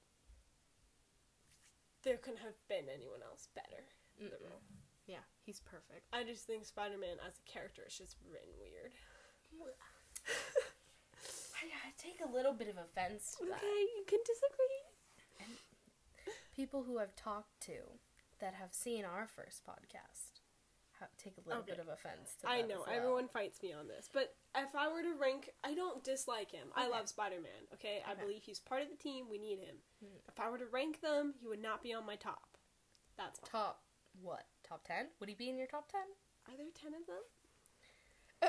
S1: there couldn't have been anyone else better.
S2: Mm-mm.
S1: The role.
S2: Yeah, he's perfect.
S1: I just think Spider Man as a character is just written weird.
S2: I, I take a little bit of offense to that.
S1: you can disagree.
S2: People who I've talked to that have seen our first podcast ha take a little
S1: Okay.
S2: bit of offense to that.
S1: I
S2: as
S1: know
S2: well.
S1: everyone fights me on this, but if I were to rank, I don't dislike him. I
S2: Okay.
S1: love Spider Man. Okay? I
S2: Okay.
S1: believe he's part of the team. We need him.
S2: Mm.
S1: If I were to rank them, he would not be on my top. That's fine.
S2: Top what? Top ten? Would he be in your top ten?
S1: Are there ten of them?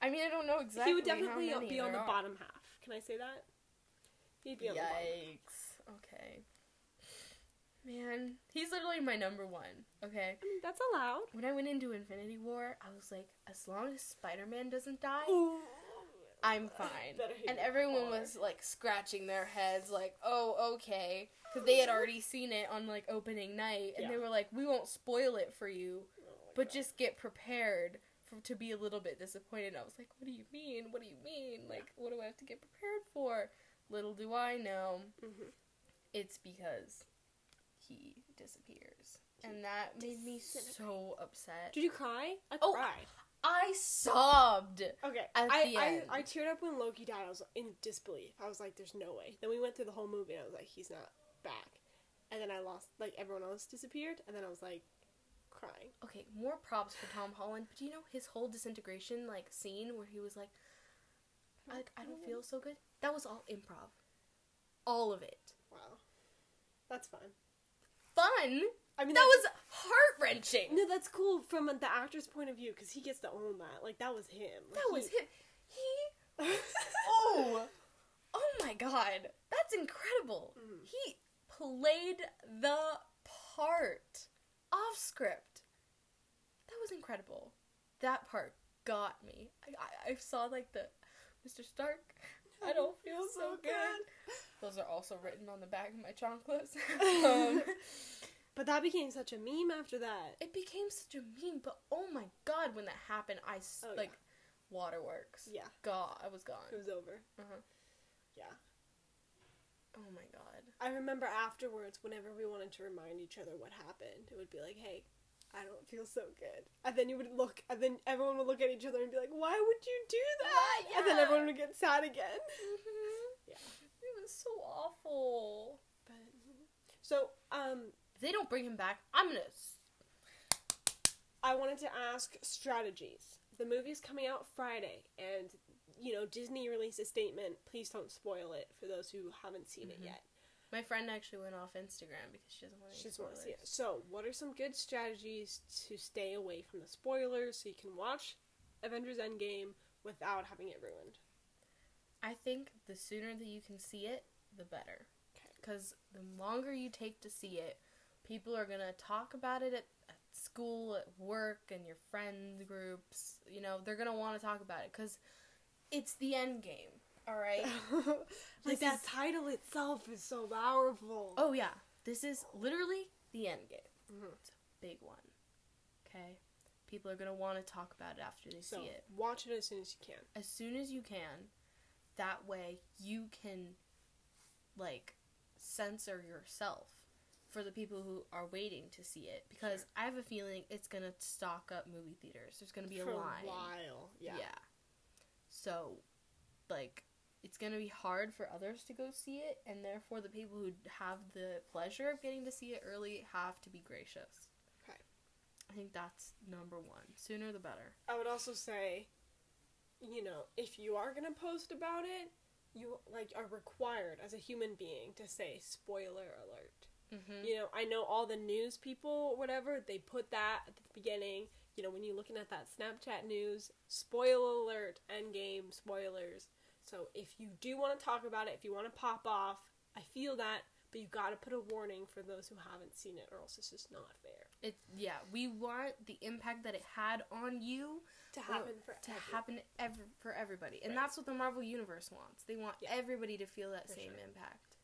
S2: I mean, I don't know exactly.
S1: he would
S2: how
S1: definitely
S2: many
S1: be on the
S2: there are.
S1: bottom half. Can I say that? He'd be on the bottom.
S2: Yikes. Okay. Man, he's literally my number one. Okay.
S1: I mean, that's allowed.
S2: When I went into Infinity War, I was like, as long as Spider Man doesn't die,
S1: Ooh.
S2: I'm fine.
S1: Better hit
S2: And
S1: it
S2: everyone
S1: hard.
S2: was like scratching their heads, like, oh, okay. Because they had already seen it on like opening night, and they
S1: Yeah.
S2: were like, we won't spoil it for you,
S1: Oh my
S2: but
S1: God.
S2: just get prepared. For, to be a little bit disappointed, And I was like, "What do you mean? What do you mean? Like, what do I have to get prepared for?" Little do I know,
S1: Mhm.
S2: it's because he disappears. And that made me so upset.
S1: Did you cry? I
S2: Oh,
S1: cried.
S2: I sobbed.
S1: Okay.
S2: At
S1: I,
S2: the
S1: I,
S2: end.
S1: I teared up when Loki died. I was in disbelief. I was like, there's no way. Then we went through the whole movie and I was like, he's not back. And then I lost, like, everyone else disappeared. And then I was like, crying.
S2: Okay, more props for Tom Holland, but do you know his whole disintegration like scene where he was like I, I don't feel so good? That was all improv. All of it.
S1: Wow. That's fun.
S2: Fun.
S1: I mean,
S2: That
S1: that's-
S2: was heart-wrenching.
S1: No, that's cool from the actor's point of view because he gets to own that. Like, that was him. Like,
S2: That was him. He
S1: he-
S2: Oh, oh my God, that's incredible.
S1: Mhm.
S2: He played the part off script. That was incredible. That part got me. I, I, I saw like the Mr. Stark. I don't feel so good. Those are also written on the back of my chocolates. um,
S1: But that became such a meme after that.
S2: it became such a meme, but oh my God, when that happened, I s-
S1: Oh, yeah.
S2: like waterworks.
S1: Yeah.
S2: God, I was gone.
S1: It was over.
S2: Uh-huh.
S1: Yeah.
S2: Oh my God.
S1: I remember afterwards, whenever we wanted to remind each other what happened, it would be like, hey, I don't feel so good. And then you would look, and then everyone would look at each other and be like, why would you do that?
S2: Why?
S1: And then
S2: Yeah.
S1: everyone would get sad again.
S2: Mm-hmm.
S1: Yeah.
S2: It was so awful.
S1: But, so, um,
S2: If they don't bring him back, I'm gonna. s-
S1: I wanted to ask strategies. The movie's coming out Friday, and, you know, Disney released a statement. Please don't spoil it for those who haven't seen
S2: Mhm.
S1: it yet.
S2: My friend actually went off Instagram because she doesn't want to.
S1: She just wants to see it. So, what are some good strategies to stay away from the spoilers so you can watch Avengers Endgame without having it ruined?
S2: I think the sooner that you can see it, the better.
S1: 'Kay.
S2: Because the longer you take to see it, people are gonna talk about it at, at school, at work, and your friend groups. You know, they're gonna want to talk about it because it's the end game. All right.
S1: like,
S2: This
S1: that
S2: is-
S1: title itself is so powerful.
S2: Oh yeah. This is literally the end game.
S1: Mhm.
S2: It's a big one. Okay? People are going to want to talk about it after they
S1: So
S2: see it.
S1: watch it as soon as you can.
S2: As soon as you can, that way you can, like, censor yourself for the people who are waiting to see it. Because I have a feeling it's going to stock up movie theaters. There's going to be
S1: For
S2: a line.
S1: while. Yeah.
S2: So, like, it's gonna be hard for others to go see it, and therefore the people who have the pleasure of getting to see it early have to be gracious.
S1: Okay.
S2: I think that's number one. Sooner the better.
S1: I would also say, you know, if you are gonna post about it, you like are required as a human being to say spoiler alert.
S2: Mm-hmm.
S1: You know, I know all the news people, whatever, they put that at the beginning. You know, when you're looking at that Snapchat news, spoiler alert, endgame, spoilers. So if you do want to talk about it, if you want to pop off, I feel that, but you gotta put a warning for those who haven't seen it, or else it's just not fair
S2: It yeah. We want the impact that it had on you
S1: to
S2: Well,
S1: happen for
S2: to
S1: everyone.
S2: happen ever for everybody, and
S1: Right.
S2: that's what the Marvel Universe wants. They want
S1: Yeah.
S2: everybody to feel that
S1: For
S2: same
S1: sure.
S2: impact.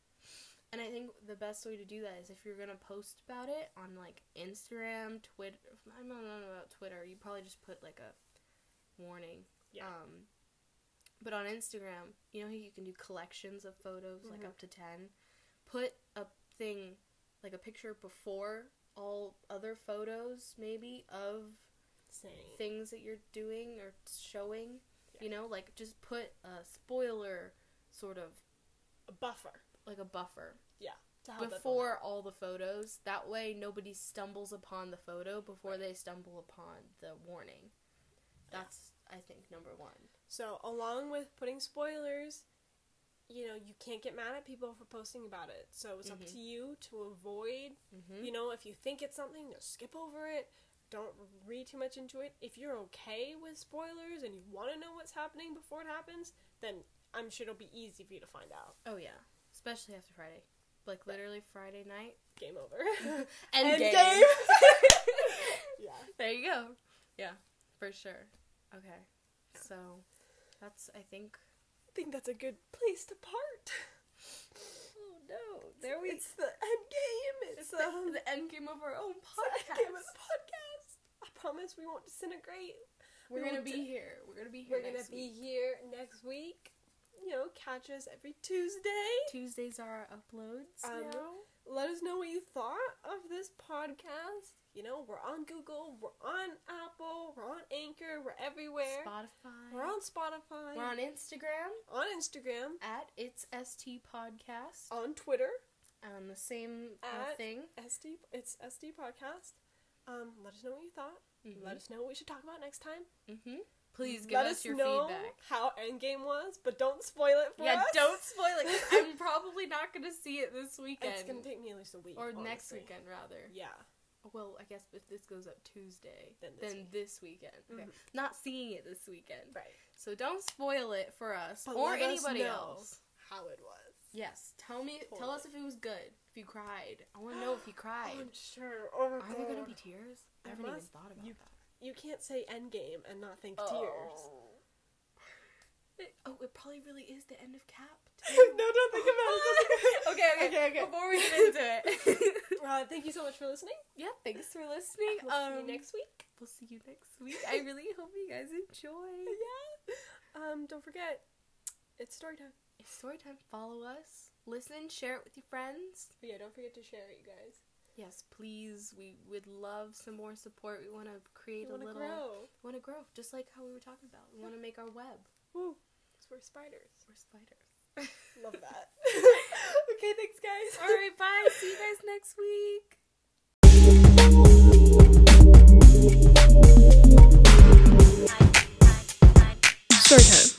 S2: And I think the best way to do that is if you're gonna post about it on like Instagram, Twitter. I don't know about Twitter. You probably just put like a warning.
S1: Yeah.
S2: Um, but on Instagram, you know how you can do collections of photos, like
S1: Mhm.
S2: up to ten. Put a thing, like a picture before all other photos, maybe of
S1: Saying.
S2: things that you're doing or showing.
S1: Yeah.
S2: You know, like just put a spoiler sort of
S1: a buffer.
S2: like a buffer
S1: to have that
S2: before all the photos. That way nobody stumbles upon the photo before they stumble upon the warning.
S1: Yeah.
S2: That's I think number 1.
S1: button. So, along with putting spoilers, you know, you can't get mad at people for posting about it. So, it's up
S2: Mhm.
S1: to you to avoid,
S2: Mhm.
S1: you know, if you think it's something, just skip over it. Don't read too much into it. If you're okay with spoilers and you want to know what's happening before it happens, then I'm sure it'll be easy for you to find out.
S2: Oh yeah. Especially after Friday. Like literally Friday night.
S1: Game over.
S2: End
S1: Endgame.
S2: game.
S1: yeah.
S2: there you go. Yeah, for sure. Okay. So that's I think
S1: I think that's a good place to part.
S2: Oh no! There we.
S1: It's the end game. It's,
S2: It's
S1: um,
S2: the, the end game of our own
S1: podcast.
S2: podcast.
S1: podcast. I promise we won't disintegrate.
S2: We're
S1: We
S2: gonna
S1: will
S2: be
S1: d-
S2: here. We're gonna be here.
S1: We're gonna be here next week. You know, catch us every Tuesday.
S2: Tuesdays are our uploads.
S1: Um,
S2: now.
S1: Let us know what you thought of this podcast. You know, we're on Google, we're on Apple, we're on Anchor, we're everywhere.
S2: Spotify.
S1: We're on Spotify,
S2: We're on Instagram
S1: on Instagram,
S2: at it's st podcast
S1: on Twitter,
S2: on the same uh,
S1: At-
S2: thing.
S1: SD. It's SD Podcast. Um, let us know what you thought.
S2: Mhm.
S1: Let us know what we should talk about next time.
S2: Mhm. Please give
S1: let
S2: us your
S1: know
S2: feedback.
S1: how Endgame was, but don't spoil it for
S2: Yeah,
S1: us.
S2: don't spoil it. 'cause I'm probably not gonna see it this weekend
S1: It's gonna take me at least a week.
S2: or next
S1: honestly.
S2: weekend rather.
S1: Yeah.
S2: Well, I guess if this goes up Tuesday,
S1: Then this
S2: then
S1: week.
S2: this weekend. Okay.
S1: Mhm.
S2: Not seeing it this weekend.
S1: Right.
S2: So don't spoil it for us
S1: But
S2: or
S1: let us
S2: anybody
S1: know.
S2: else.
S1: How it was.
S2: Yes, tell me,
S1: Spoil
S2: tell us
S1: it. Oh,
S2: if it was good. If you cried, I want to know if you cried.
S1: I'm sure. Oh, my
S2: Are there gonna
S1: God.
S2: be tears? I
S1: There
S2: haven't even
S1: must-
S2: thought about
S1: you-
S2: that.
S1: You can't say Endgame and not think tears.
S2: It- oh, it probably really is the end of Cap.
S1: no, don't think about it.
S2: okay, okay, okay,
S1: Okay, okay.
S2: Before we get into it,
S1: Uh, thank you so much for listening.
S2: yeah, thanks for listening.
S1: We'll
S2: um,
S1: see you next week.
S2: We'll see you next week. I really hope you guys enjoy.
S1: Yeah. Um, don't forget, it's story time.
S2: It's story time. Follow us, listen, share it with your friends.
S1: But yeah, don't forget to share it, you guys.
S2: Yes, please. We would love some more support. We want to
S1: We
S2: create a
S1: want to
S2: little.
S1: grow.
S2: We want to grow, just like how we were talking about. We want to make our web.
S1: Woo. 'Cause we're spiders.
S2: We're spiders.
S1: Love that. okay, thanks, guys.
S2: All right, bye. See you guys next week.
S1: Story time.